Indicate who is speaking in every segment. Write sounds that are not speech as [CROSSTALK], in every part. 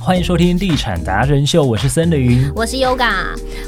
Speaker 1: 欢迎收听《地产达人秀》，我是森林。
Speaker 2: 我是 Yoga。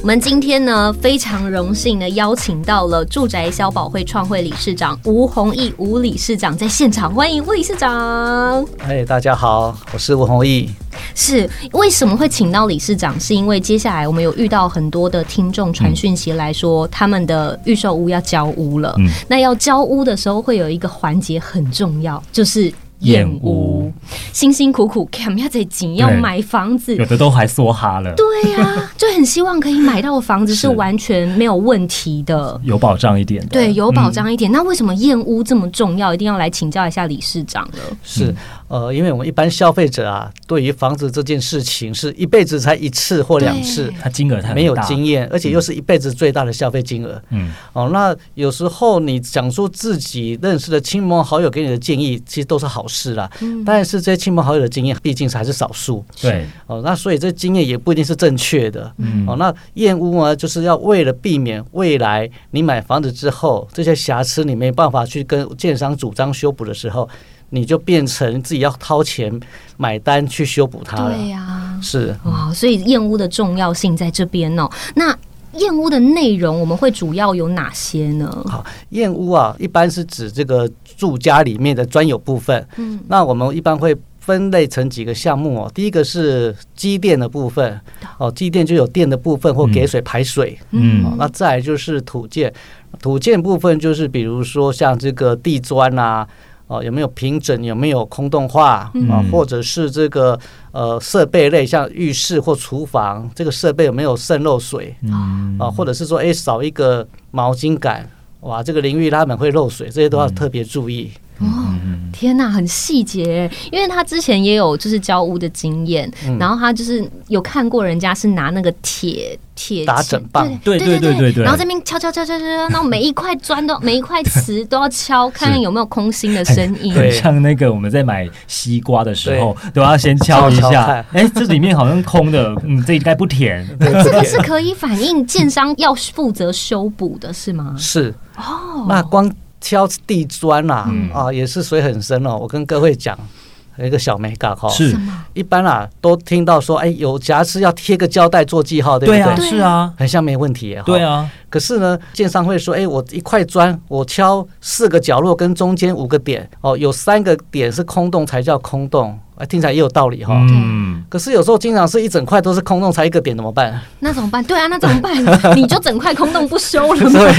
Speaker 2: 我们今天呢，非常荣幸的邀请到了住宅消保会创会理事长吴弘毅吴理事长在现场，欢迎吴理事长。
Speaker 3: 哎，大家好，我是吴弘毅。
Speaker 2: 是为什么会请到理事长？是因为接下来我们有遇到很多的听众传讯息来说，他们的预售屋要交屋了。
Speaker 1: 嗯
Speaker 2: 那要交屋的时候，会有一个环节很重要，就是。
Speaker 1: 验
Speaker 2: 验
Speaker 1: 屋
Speaker 2: 屋，辛辛苦苦砍下这钱要
Speaker 1: 对
Speaker 2: 买房子，
Speaker 1: [LAUGHS] 有的都还梭哈了，
Speaker 2: 对呀、 [LAUGHS] 就很希望可以买到的房子是
Speaker 1: 是
Speaker 2: 完全没有问题的，
Speaker 1: 有保障一点的。
Speaker 2: 对，嗯有保障一点。那为什么验屋这么重要？一定要来请教一下理事长了。
Speaker 3: 是，
Speaker 1: 嗯
Speaker 3: 呃，因为我们一般消费者啊，对于房子这件事情是一辈子才一次或两次
Speaker 2: 对，
Speaker 1: 它金额太
Speaker 3: 没有
Speaker 1: 大
Speaker 3: 经验，而且又是一辈子最大的消费金额。
Speaker 1: 嗯，
Speaker 3: 哦，那有时候你讲出自己认识的亲朋好友给你的建议，其实都是好事啦。
Speaker 1: 嗯
Speaker 3: 但是这些亲朋好友的经验毕竟是还是少数
Speaker 1: 对，
Speaker 3: 哦，那所以这经验也不一定是正确的。
Speaker 1: 嗯
Speaker 3: 哦，那验屋呢，就是要为了避免未来你买房子之后这些瑕疵你没办法去跟建商主张修补的时候，你就变成自己要掏钱买单去修补它了。
Speaker 2: 对啊呀、
Speaker 3: 是，
Speaker 2: 哇，所以验屋的重要性在这边哦。那验屋的内容我们会主要有哪些呢？
Speaker 3: 好，验屋啊，一般是指这个住家里面的专有部分。
Speaker 2: 嗯，
Speaker 3: 那我们一般会分类成几个项目哦。第一个是机电的部分，哦，机电就有电的部分或给水排水。
Speaker 1: 嗯
Speaker 3: 哦，那再来就是土建，土建部分就是比如说像这个地砖啊，哦、有没有平整，有没有空洞化啊、
Speaker 1: 嗯
Speaker 3: 或者是这个呃设备类，像浴室或厨房，这个设备有没有渗漏水
Speaker 1: 嗯，
Speaker 3: 啊、或者是说诶少一个毛巾杆，哇，这个淋浴它们会漏水，这些都
Speaker 1: 嗯
Speaker 3: 要特别注意。嗯
Speaker 2: 哦，天呐，很细节，欸因为他之前也有就是交屋的经验，
Speaker 3: 嗯
Speaker 2: 然后他就是有看过人家是拿那个铁铁
Speaker 3: 打
Speaker 2: 钳
Speaker 3: 整棒
Speaker 2: 对
Speaker 1: 对对
Speaker 2: 对
Speaker 1: 对对
Speaker 2: 然后这边敲敲敲敲敲，然后每一块砖都每一块瓷都要敲，看看有没有空心的声音。
Speaker 1: [LAUGHS] 很
Speaker 3: 对
Speaker 1: 像那个我们在买西瓜的时候，都要先敲一
Speaker 3: 敲敲
Speaker 1: 下
Speaker 3: 看，
Speaker 1: 哎，这里面好像空的，嗯，这应该不甜。
Speaker 2: 这个是可以反映建商要负责修补的，是
Speaker 1: 嗯
Speaker 2: 吗？
Speaker 3: 是，
Speaker 2: 哦，
Speaker 3: 那光挑地砖啦、啊，
Speaker 1: 嗯
Speaker 3: 也是水很深哦。我跟各位讲，有一个小美感哈、哦，
Speaker 1: 是
Speaker 2: 什，么？
Speaker 3: 一般啊，都听到说，哎，有瑕疵要贴个胶带做记号，对不
Speaker 1: 对
Speaker 3: 对？
Speaker 1: 啊，
Speaker 2: 对
Speaker 1: 是啊，
Speaker 3: 很像没问题耶。哈
Speaker 1: 对。啊，
Speaker 3: 可是呢，建商会说，哎，我一块砖，我敲四个角落跟中间五个点，哦，有三个点是空洞才叫空洞，啊，听起来也有道理哈。
Speaker 1: 嗯，
Speaker 3: 可是有时候经常是一整块都是空洞，才一个点怎
Speaker 1: [LAUGHS]
Speaker 3: 么办？
Speaker 2: 那怎么办？对啊，那怎么
Speaker 3: [LAUGHS]
Speaker 2: 办？你就整块空洞不修了吗？
Speaker 3: 对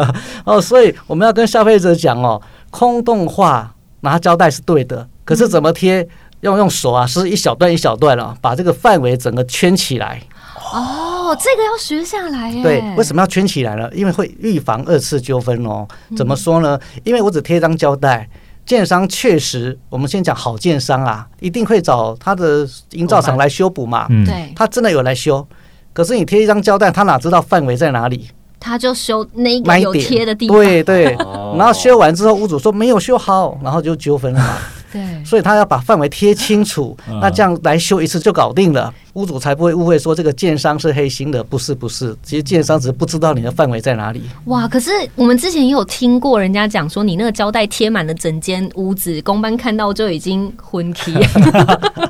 Speaker 3: 啊， [LAUGHS] 哦，所以我们要跟消费者讲哦，空洞化拿胶带是对的，可
Speaker 1: 嗯
Speaker 3: 是怎么贴，要用手啊，是一小段一小段啊，把这个范围整个圈起来。
Speaker 2: 哦，这个要学下来欸耶。
Speaker 3: 对，为什么要圈起来呢？因为会预防二次纠纷哦。
Speaker 2: 嗯
Speaker 3: 怎么说呢？因为我只贴一张胶带。建商确实，我们先讲好建商啊，一定会找他的营造厂来修补嘛。
Speaker 1: 嗯，
Speaker 2: 对，
Speaker 3: 他真的有来修，可是你贴一张胶带，他哪知道范围在哪里？
Speaker 2: 他就修那个
Speaker 3: 买
Speaker 2: 有
Speaker 3: 点
Speaker 2: 贴的地方。
Speaker 3: 对对。
Speaker 1: 哦
Speaker 3: 然后修完之后，屋主说没有修好，然后就纠纷了嘛。
Speaker 2: 对
Speaker 3: 所以他要把范围贴清楚
Speaker 1: 嗯，
Speaker 3: 那这样来修一次就搞定了，屋主才不会误会说这个建商是黑心的，不是不是，其实建商只是不知道你的范围在哪里。
Speaker 2: 哇！可是我们之前也有听过人家讲说，你那个胶带贴满了整间屋子，公班看到就已经昏迷。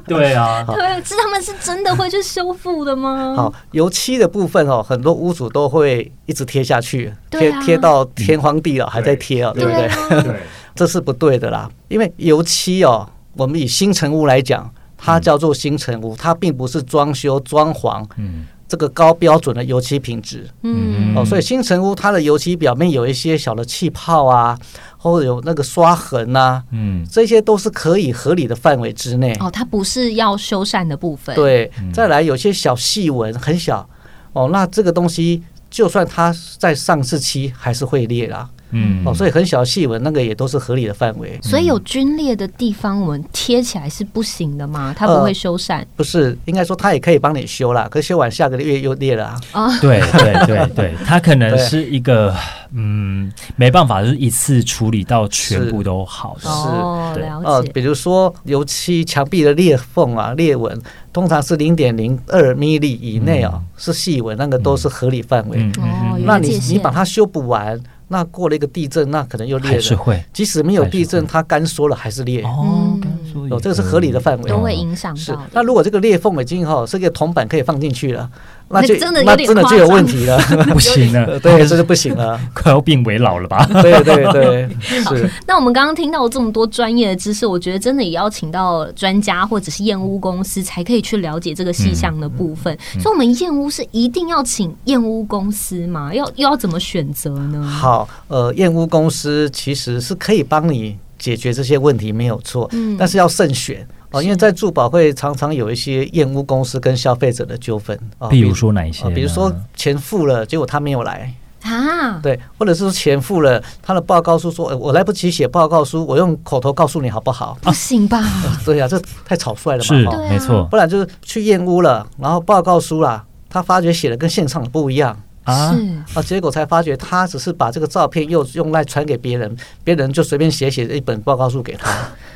Speaker 1: 对 [LAUGHS] 啊，
Speaker 2: 对，是他们是真的会去修复的吗？
Speaker 3: 好，油漆的部分哦，很多屋主都会一直贴下去，
Speaker 2: 对
Speaker 3: 贴
Speaker 2: 啊
Speaker 3: 贴到天荒地老还在贴哦，对不对？
Speaker 2: 啊
Speaker 1: 对，
Speaker 3: 这是不对的啦，因为油漆哦，我们以新城屋来讲，它叫做新城屋，它并不是装修装潢
Speaker 1: 嗯，
Speaker 3: 这个高标准的油漆品质。
Speaker 2: 嗯，
Speaker 3: 哦，所以新城屋它的油漆表面有一些小的气泡啊，或者有那个刷痕呐、
Speaker 1: 嗯，
Speaker 3: 这些都是可以合理的范围之内。
Speaker 2: 哦，它不是要修缮的部分。，
Speaker 3: 对，
Speaker 1: 嗯
Speaker 3: 再来有些小细纹很小，哦，那这个东西就算它在上市期还是会裂啦。
Speaker 1: 嗯，
Speaker 3: 哦，所以很小细纹那个也都是合理的范围，
Speaker 2: 所以有皲裂的地方，我们贴起来是不行的嘛？它不
Speaker 3: 呃
Speaker 2: 会修缮
Speaker 3: 不是应该说它也可以帮你修啦，可是修完下个月又裂了啊。
Speaker 2: 啊。
Speaker 1: 对对对对，它可能
Speaker 3: 对啊
Speaker 1: 是一个嗯，没办法，就是一次处理到全部都好的。
Speaker 2: 哦，
Speaker 1: 对
Speaker 2: 了
Speaker 3: 呃，
Speaker 2: 解。
Speaker 3: 比如说油漆墙壁的裂缝啊、裂纹，通常是零点零二米啊以内哦，是细纹，那个都是合理范围。
Speaker 1: 嗯嗯嗯
Speaker 2: 哦，有
Speaker 3: 那
Speaker 2: 个
Speaker 3: 你
Speaker 2: 界限
Speaker 3: 你把它修补完，那过了一个地震，那可能又裂
Speaker 1: 还是
Speaker 3: 了。
Speaker 1: 会
Speaker 3: 即使没有地
Speaker 1: 还是
Speaker 3: 震，
Speaker 1: 会
Speaker 3: 它干缩了还是裂。
Speaker 1: 哦
Speaker 2: 嗯，
Speaker 1: 刚刚说
Speaker 3: 哦
Speaker 1: 有
Speaker 3: 这个是合理的范围
Speaker 2: 都会影响
Speaker 3: 是
Speaker 2: 到的。，
Speaker 3: 那如果这个裂缝已经哈是个铜板可以放进去了，那
Speaker 2: 那
Speaker 3: 就
Speaker 2: 真的有
Speaker 3: 那
Speaker 2: 点
Speaker 3: 真的就
Speaker 2: 夸
Speaker 3: 有
Speaker 2: 张
Speaker 3: 问题了。
Speaker 1: 不行了，
Speaker 3: [LAUGHS] 对，这是不行了。
Speaker 1: 快要变为老了吧？
Speaker 3: 对对对，
Speaker 2: [LAUGHS]
Speaker 3: 是
Speaker 2: 那我们刚刚听到这么多专业的知识，我觉得真的也要请到专家或者是验屋公司才可以去了解这个细项的部
Speaker 3: 嗯
Speaker 2: 分。所以，我们验屋是一定要请验屋公司吗？要又要怎么选择呢？
Speaker 3: 好。呃，燕屋公司其实是可以帮你解决这些问题，没有错。
Speaker 2: 嗯
Speaker 3: 但是要慎选哦，因为在住保会常常有一些燕屋公司跟消费者的纠纷 [LAUGHS] 啊，哦
Speaker 1: 比如说哪一些
Speaker 3: 啊
Speaker 1: 呢？
Speaker 3: 比如说钱付了，结果他没有来，
Speaker 2: 啊，
Speaker 3: 对，或者是说钱付了，他的报告书说，哎我来不及写报告书，我用口头告诉你好不好？ [LAUGHS]
Speaker 2: 不行吧？
Speaker 3: 对啊呀、这太草率了嘛。
Speaker 1: 是
Speaker 3: 哦
Speaker 2: 对啊
Speaker 1: 没错
Speaker 3: 不然就是去验屋了，然后报告书啦，他发觉写的跟现场不一样
Speaker 1: 啊，
Speaker 2: 是
Speaker 3: 啊，结果才发觉他只是把这个照片又用来传给别人，别人就随便写写一本报告书给他。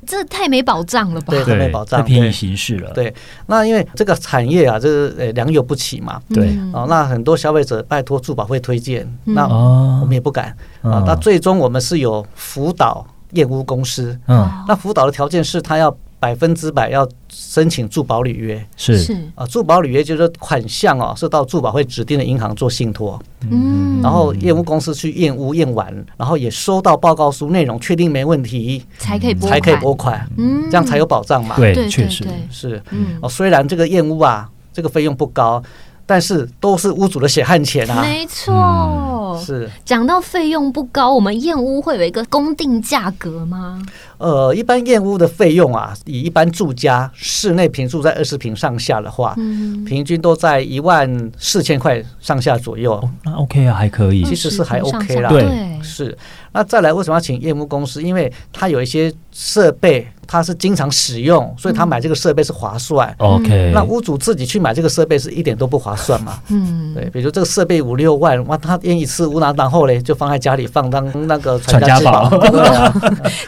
Speaker 2: 这太没保障了吧？
Speaker 3: 对没
Speaker 1: 对，
Speaker 3: 保障
Speaker 1: 太便宜形式了，
Speaker 3: 对，那因为这个产业啊，就是呃良莠不齐嘛。
Speaker 1: 对
Speaker 2: 嗯
Speaker 3: 哦，那很多消费者拜托住保会推荐，
Speaker 2: 嗯
Speaker 3: 那我
Speaker 1: 哦
Speaker 3: 们，也不敢啊
Speaker 1: 嗯。
Speaker 3: 那最终我们是有辅导验屋公司，
Speaker 2: 啊哦
Speaker 1: 嗯，
Speaker 3: 那辅导的条件是他要百分之百要申请住保履约。
Speaker 1: 是，
Speaker 2: 是，
Speaker 3: 啊，住保履约就是说款项哦，是到住保会指定的银行做信托，
Speaker 2: 嗯，
Speaker 3: 然后验屋公司去验屋验完，然后也收到报告书内容，确定没问题，
Speaker 2: 才可以拨款，
Speaker 3: 才可以拨款，
Speaker 2: 嗯，
Speaker 3: 这样才有保障嘛。
Speaker 2: 对，
Speaker 1: 对，
Speaker 2: 对
Speaker 1: 确实，
Speaker 2: 对
Speaker 3: 是
Speaker 2: 嗯
Speaker 3: 哦，，虽然这个验屋啊，这个费用不高，但是都是屋主的血汗钱啊。
Speaker 2: 没错。
Speaker 3: 嗯是，
Speaker 2: 讲到费用不高，我们验屋会有一个公定价格吗？
Speaker 3: 呃，一般验屋的费用啊，以一般住家室内平数在二十平上下的话，
Speaker 2: 嗯，
Speaker 3: 平均都在一万四千块上下左右。
Speaker 1: 哦，那 OK 啊，还可以
Speaker 3: 其，
Speaker 2: 嗯
Speaker 3: 实是还 OK 啦
Speaker 2: 对，
Speaker 3: 是，那再来为什么要请验屋公司？因为它有一些设备，它是经常使用，所以他买这个设备是划算。
Speaker 1: 哦 OK，
Speaker 3: 嗯那屋主自己去买这个设备是一点都不划算嘛？
Speaker 2: 嗯，
Speaker 3: 对，比如这个设备五六万，哇，他验一次无拿，然后嘞就放在家里放当那个传
Speaker 1: 传家
Speaker 3: 之
Speaker 1: 宝
Speaker 3: 宝。 [LAUGHS]
Speaker 1: [LAUGHS]
Speaker 3: 对啊，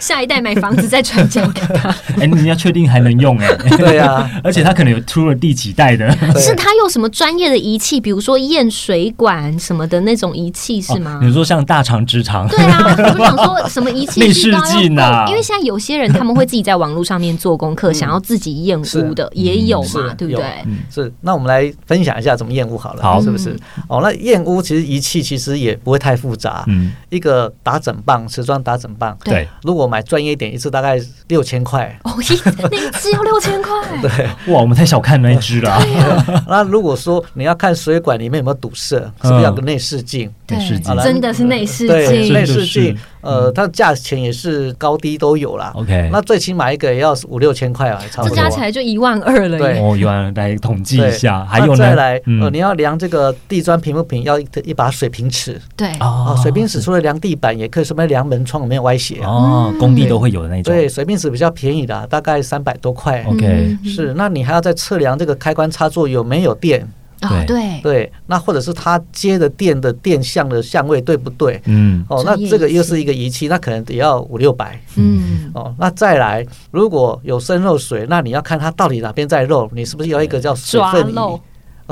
Speaker 2: 下一代买房子再传交给
Speaker 3: [LAUGHS]
Speaker 2: 他，
Speaker 1: 哎，你要确定还能用哎，
Speaker 3: 对啊，
Speaker 1: [LAUGHS] 而且它可能有出了第几代的，
Speaker 3: 对
Speaker 2: 是他用什么专业的仪器，比如说验水管什么的那种仪器 [LAUGHS] 是吗
Speaker 1: 哦？你说像大肠直肠，
Speaker 2: 对啊，我就想说什么仪器
Speaker 1: 内视
Speaker 2: 是高
Speaker 3: [LAUGHS]
Speaker 2: 要
Speaker 1: 镜啊
Speaker 2: 够因为现在有些人他们会自己在网络上面做功课，想要自己验屋的也有嘛，
Speaker 3: 嗯是
Speaker 2: 对不
Speaker 3: 有
Speaker 2: 对？
Speaker 3: 是。那我们来分享一下怎么验屋好了，
Speaker 1: 好嗯
Speaker 3: 是不是？哦，那验屋其实仪器其实也不会太复杂，
Speaker 1: 嗯，
Speaker 3: 一个打整棒，瓷砖打整棒，
Speaker 2: 对
Speaker 1: 对，
Speaker 3: 如果买专业一点，一次大概六千块。
Speaker 2: 哦，一那一只要六千块，
Speaker 1: 哇，我们太小看那一只了啊，
Speaker 3: 那如果说你要看水管里面有没有堵塞，
Speaker 1: 嗯
Speaker 3: 是不是要个内视镜？
Speaker 2: 对
Speaker 1: 内视镜
Speaker 2: 真的是内视
Speaker 3: 对，
Speaker 1: 是
Speaker 2: 镜，
Speaker 3: 内视
Speaker 1: 是
Speaker 3: 镜，呃，它的价钱也是高低都有啦。
Speaker 1: OK，
Speaker 3: 那最起码一个也要五六千块啊，差
Speaker 2: 这
Speaker 3: 不多
Speaker 2: 加。起来就一万二了耶。
Speaker 3: 对
Speaker 1: 哦，原来来统计
Speaker 3: 对
Speaker 1: 一下，还有
Speaker 3: 那
Speaker 1: 呢，
Speaker 3: 再来，呃，
Speaker 1: 嗯
Speaker 3: 你要量这个地砖平不平，要一一把水平尺
Speaker 2: 对，
Speaker 1: 啊
Speaker 3: 啊，水平尺除了量地板，也可以顺便量门窗有没有歪斜啊。
Speaker 1: 哦
Speaker 2: 嗯，
Speaker 1: 工地都会有的那种，
Speaker 3: 对，水平尺比较便宜的啊，大概三百多块。
Speaker 1: OK
Speaker 2: 嗯
Speaker 3: 是，那你还要再测量这个开关插座有没有电，
Speaker 2: 啊，
Speaker 1: 对
Speaker 2: 对，
Speaker 3: 对，那或者是它接的电的电相的相位对不对？
Speaker 1: 嗯，
Speaker 3: 哦，那
Speaker 2: 专业
Speaker 3: 这个
Speaker 2: 仪
Speaker 3: 又
Speaker 2: 器
Speaker 3: 是一个仪器，那可能得要五六百
Speaker 2: 嗯，
Speaker 3: 哦。那再来，如果有渗漏水，那你要看它到底哪边在漏，你是不是要一个叫水
Speaker 2: 抓
Speaker 3: 分仪？
Speaker 2: 漏
Speaker 3: 哦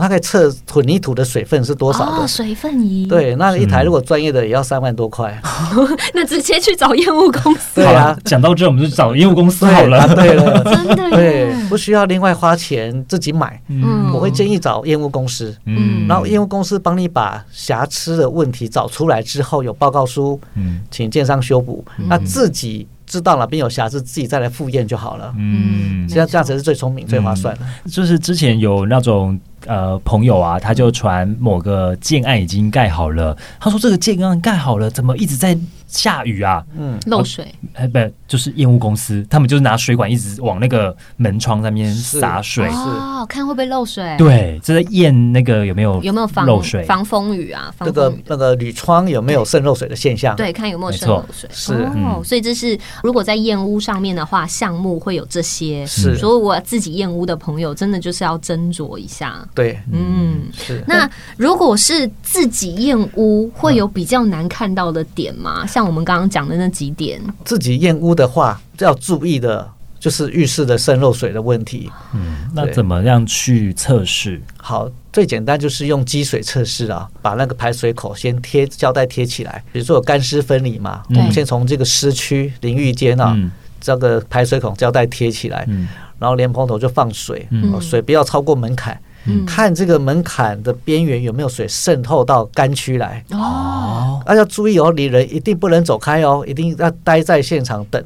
Speaker 3: 它可以测混凝土的水分是多少的。
Speaker 2: 哦，水分仪，，
Speaker 3: 对，那一台
Speaker 1: 嗯
Speaker 3: 如果专业的也要三万多块。
Speaker 2: 嗯那直接去找验屋公
Speaker 3: [LAUGHS]
Speaker 2: 司，
Speaker 3: 对
Speaker 1: 好
Speaker 3: 啊
Speaker 1: 了，，讲到这我们就找业务公司好
Speaker 3: [LAUGHS] 对啊
Speaker 1: 了，
Speaker 2: [LAUGHS]
Speaker 3: 对了，
Speaker 2: 真的嗯耶
Speaker 3: 对，，不需要另外花钱自己买。
Speaker 2: 嗯
Speaker 3: 我会建议找验屋公司，
Speaker 2: 嗯
Speaker 3: 然后验屋公司帮你把瑕疵的问题找出来之后，有报告书，
Speaker 1: [LAUGHS] 嗯
Speaker 3: 请建商修补，那自己知道哪边有瑕疵，自己再来复验就好了。
Speaker 1: 嗯，
Speaker 3: 这样这样才是最聪明、最划算的。
Speaker 1: 就是之前有那种呃朋友啊，他就传某个建案已经盖好了，他说这个建案盖好了，怎么一直在下雨啊？
Speaker 3: 嗯，
Speaker 2: 漏水，
Speaker 1: 哎，不，就是验屋公司，他们就是拿水管一直往那个门窗上面洒水，
Speaker 2: 哦，看会不会漏水，，
Speaker 1: 对，这在验那个有没有
Speaker 2: 有没有防
Speaker 1: 漏水？
Speaker 2: 防风雨啊？
Speaker 3: 这
Speaker 2: 防
Speaker 3: 个
Speaker 2: 风雨的
Speaker 3: 那个铝窗有没有渗漏水的现象？
Speaker 2: 对，看有没有
Speaker 1: 没
Speaker 2: 渗
Speaker 1: 错
Speaker 2: 漏水。
Speaker 3: 是
Speaker 2: 哦，
Speaker 1: 嗯
Speaker 2: 所以这是如果在验屋上面的话，项目会有这些。
Speaker 3: 是
Speaker 2: 所以我自己验屋的朋友，真的就是要斟酌一下。
Speaker 3: 对，
Speaker 2: 嗯，
Speaker 3: 是。
Speaker 2: 那如果是自己验屋，会有比较难看到的点吗？像我们刚刚讲的那几点，
Speaker 3: 自己验屋的话，要注意的就是浴室的渗漏水的问题。
Speaker 1: 嗯，那
Speaker 3: 对
Speaker 1: 怎么样去测试？
Speaker 3: 好，最简单就是用积水测试啊，把那个排水口先贴胶带贴起来。比如说有干湿分离嘛，我
Speaker 1: 对
Speaker 3: 们先从这个湿区淋浴间啊，
Speaker 1: 嗯
Speaker 3: 这个排水孔胶带贴起来，
Speaker 1: 嗯
Speaker 3: 然后莲蓬头就放水，
Speaker 1: 嗯
Speaker 3: 哦水不要超过门槛，
Speaker 2: 嗯
Speaker 3: 看这个门槛的边缘有没有水渗透到干区来。
Speaker 2: 哦，
Speaker 3: 啊，要注意哦，你人一定不能走开哦，一定要待在现场等，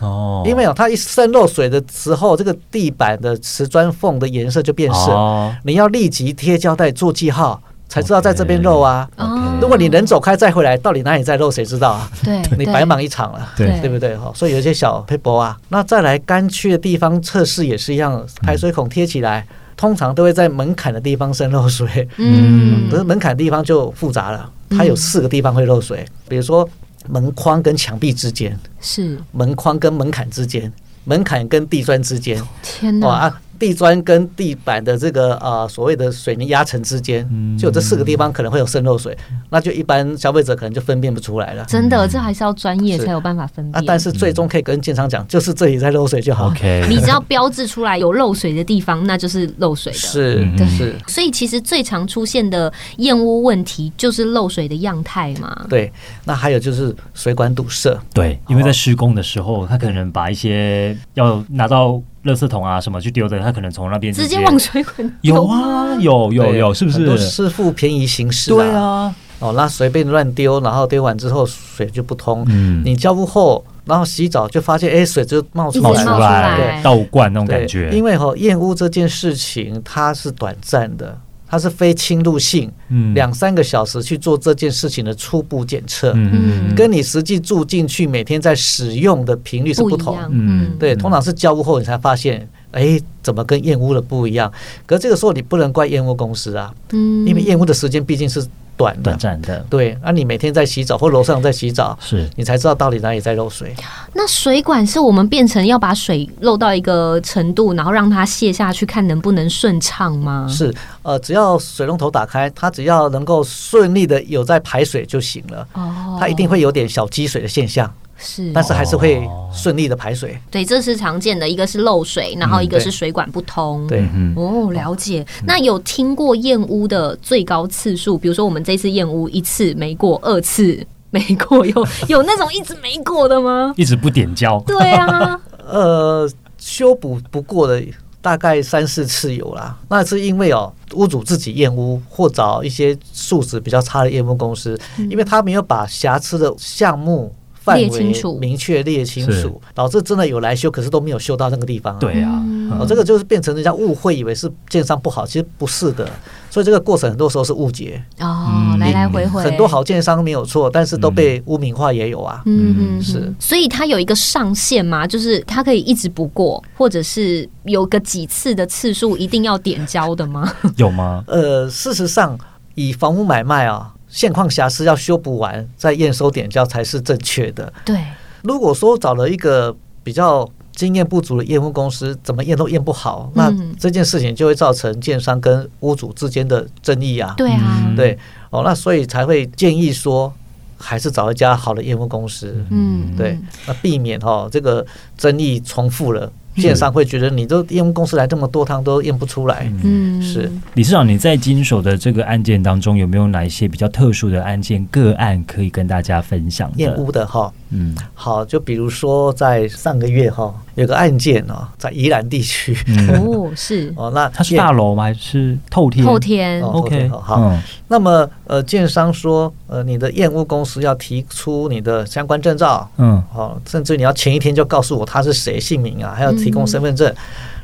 Speaker 1: 哦
Speaker 3: 因为哦，它一渗漏水的时候，这个地板的瓷砖缝的颜色就变深。
Speaker 1: 哦
Speaker 3: 你要立即贴胶带做记号，才知道在这边漏啊。
Speaker 2: 哦
Speaker 3: 如果你人走开再回来，到底哪里在漏，谁知道啊？
Speaker 2: 对，
Speaker 3: 你
Speaker 2: 对
Speaker 3: 白忙一场了。
Speaker 1: 对
Speaker 3: 对不对哈？所以有一些小 p a 啊，那再来干区的地方测试也是一样，排水孔贴起来，通常都会在门槛的地方渗漏水，
Speaker 2: 嗯，
Speaker 3: 可是门槛地方就复杂了，它有四个地方会漏水，比如说门框跟墙壁之间，
Speaker 2: 是
Speaker 3: 门框跟门槛之间，门槛跟地砖之间，
Speaker 2: 天
Speaker 1: 嗯
Speaker 3: 哇、
Speaker 2: 哪，
Speaker 3: 啊，地砖跟地板的这个呃所谓的水泥压层之间，
Speaker 1: 嗯
Speaker 3: 就这四个地方可能会有渗漏水，那就一般消费者可能就分辨不出来了。
Speaker 2: 真的，这还是要专业
Speaker 3: 是
Speaker 2: 才有办法分
Speaker 3: 啊
Speaker 2: 辨。，
Speaker 3: 但是最终可以跟建商讲，就是这里在漏水就好。 [LAUGHS]
Speaker 1: ，OK，
Speaker 2: 你只要标志出来有漏水的地方，那就是漏水的。
Speaker 3: 是
Speaker 1: 嗯对
Speaker 3: 是，
Speaker 2: 所以其实最常出现的燕窝问题就是漏水的样态嘛。
Speaker 3: 对。那还有就是水管堵塞，
Speaker 1: 对，因为在施工的时候，他可能把一些要拿到垃圾桶啊什么去丢的，他可能从那边
Speaker 2: 直
Speaker 1: 接
Speaker 2: 接往水管
Speaker 1: 有啊，有有
Speaker 3: 对
Speaker 1: 有，是不
Speaker 3: 很多
Speaker 1: 是？
Speaker 3: 师傅便宜行事、
Speaker 1: 对，啊，
Speaker 3: 哦，那随便乱丢，然后丢完之后水就不通。
Speaker 1: 嗯
Speaker 3: 你交付后，然后洗澡就发现，哎，水就冒出
Speaker 2: 一直
Speaker 1: 冒
Speaker 3: 来
Speaker 1: 出
Speaker 3: 了。
Speaker 1: 来
Speaker 2: 对
Speaker 1: 倒灌那种
Speaker 3: 对，
Speaker 1: 感觉，
Speaker 3: 因为哈、燕屋这件事情它是短暂的，它是非侵入性，
Speaker 1: 嗯
Speaker 3: 两三个小时去做这件事情的初步检测，
Speaker 1: 嗯
Speaker 3: 跟你实际住进去每天在使用的频率是不
Speaker 2: 不一
Speaker 3: 同。
Speaker 2: 样，
Speaker 1: 嗯
Speaker 3: 对，通常是交屋后你才发现，哎，怎么跟燕屋的不一样？可这个时候你不能怪燕屋公司啊，
Speaker 2: 嗯
Speaker 3: 因为燕屋的时间毕竟是短的。
Speaker 1: 短暂的，
Speaker 3: 对，那、你每天在洗澡或楼上在洗澡，
Speaker 1: 是
Speaker 3: 你才知道到底哪里在漏水。
Speaker 2: 那水管是我们变成要把水漏到一个程度，然后让它泄下去，看能不能顺畅吗？
Speaker 3: 是，呃，只要水龙头打开，它只要能够顺利的有在排水就行了。
Speaker 2: 哦，
Speaker 3: 它一定会有点小积水的现象，
Speaker 2: 是，
Speaker 3: 但是还是会
Speaker 1: 哦
Speaker 3: 顺利的排水。
Speaker 2: 对，这是常见的，一个是漏水，然后一个是水管不通。
Speaker 3: 嗯对，
Speaker 1: 嗯
Speaker 2: 哦，了解。那有听过验屋的最高次数？比如说我们这次验屋一次没过，二次没过， [LAUGHS] 有有那种一直没过的吗？
Speaker 1: 一直不点胶，
Speaker 2: 对啊，
Speaker 3: 呃，修补不过的大概三四次有啦。那是因为哦，屋主自己验屋或找一些素质比较差的验屋公司，因为他没有把瑕疵的项目。范
Speaker 2: 嗯列清
Speaker 3: 围
Speaker 2: 楚
Speaker 3: 明确列清
Speaker 1: 是
Speaker 3: 楚，导致真的有来修，可是都没有修到那个地方、啊。
Speaker 1: 对啊，
Speaker 2: 嗯
Speaker 3: 哦，这个就是变成人家误会，以为是建商不好，其实不是的。所以这个过程很多时候是误解，
Speaker 2: [LAUGHS] 哦，
Speaker 1: 嗯
Speaker 2: 来来回回
Speaker 3: 很多好建商没有错，但是都被污名化也有啊。
Speaker 2: 嗯，嗯
Speaker 3: 是，
Speaker 2: 所以它有一个上限嘛，就是它可以一直不过，或者是有个几次的次数一定要点交的吗？
Speaker 1: 有吗？
Speaker 3: 呃，事实上，以房屋买卖啊，现况瑕疵要修补完再验收点交才是正确的。
Speaker 2: [LAUGHS] 对，
Speaker 3: 如果说找了一个比较经验不足的验屋公司，怎么验都验不好，那
Speaker 2: 嗯
Speaker 3: 这件事情就会造成建商跟屋主之间的争议啊。
Speaker 2: 对啊
Speaker 1: 嗯，
Speaker 3: 对哦，那所以才会建议说，还是找一家好的验屋公司。
Speaker 2: 嗯，
Speaker 3: 对，那避免哈、这个争议重复了，建
Speaker 1: 嗯
Speaker 3: 商会觉得你都验屋公司来这么多趟都验不出来，
Speaker 2: 嗯，
Speaker 3: 是
Speaker 1: 理事长，你在经手的这个案件当中，有没有哪一些比较特殊的案件个案可以跟大家分享的？
Speaker 3: 验屋的哈、
Speaker 1: 嗯，
Speaker 3: 好，就比如说在上个月哈、有个案件哦，在宜兰地区、
Speaker 2: 哦，是
Speaker 3: [LAUGHS] 哦，那
Speaker 1: 嗯它是
Speaker 3: 建
Speaker 1: 大楼吗？还是透天？
Speaker 2: 后天
Speaker 3: 哦
Speaker 1: ，OK，
Speaker 3: 透天好
Speaker 1: 嗯
Speaker 3: 那么呃，建商说呃，你的验屋公司要提出你的相关证照，
Speaker 1: 嗯
Speaker 3: 哦，甚至你要前一天就告诉我他是谁姓名啊，还要提
Speaker 2: 嗯
Speaker 3: 供身份证，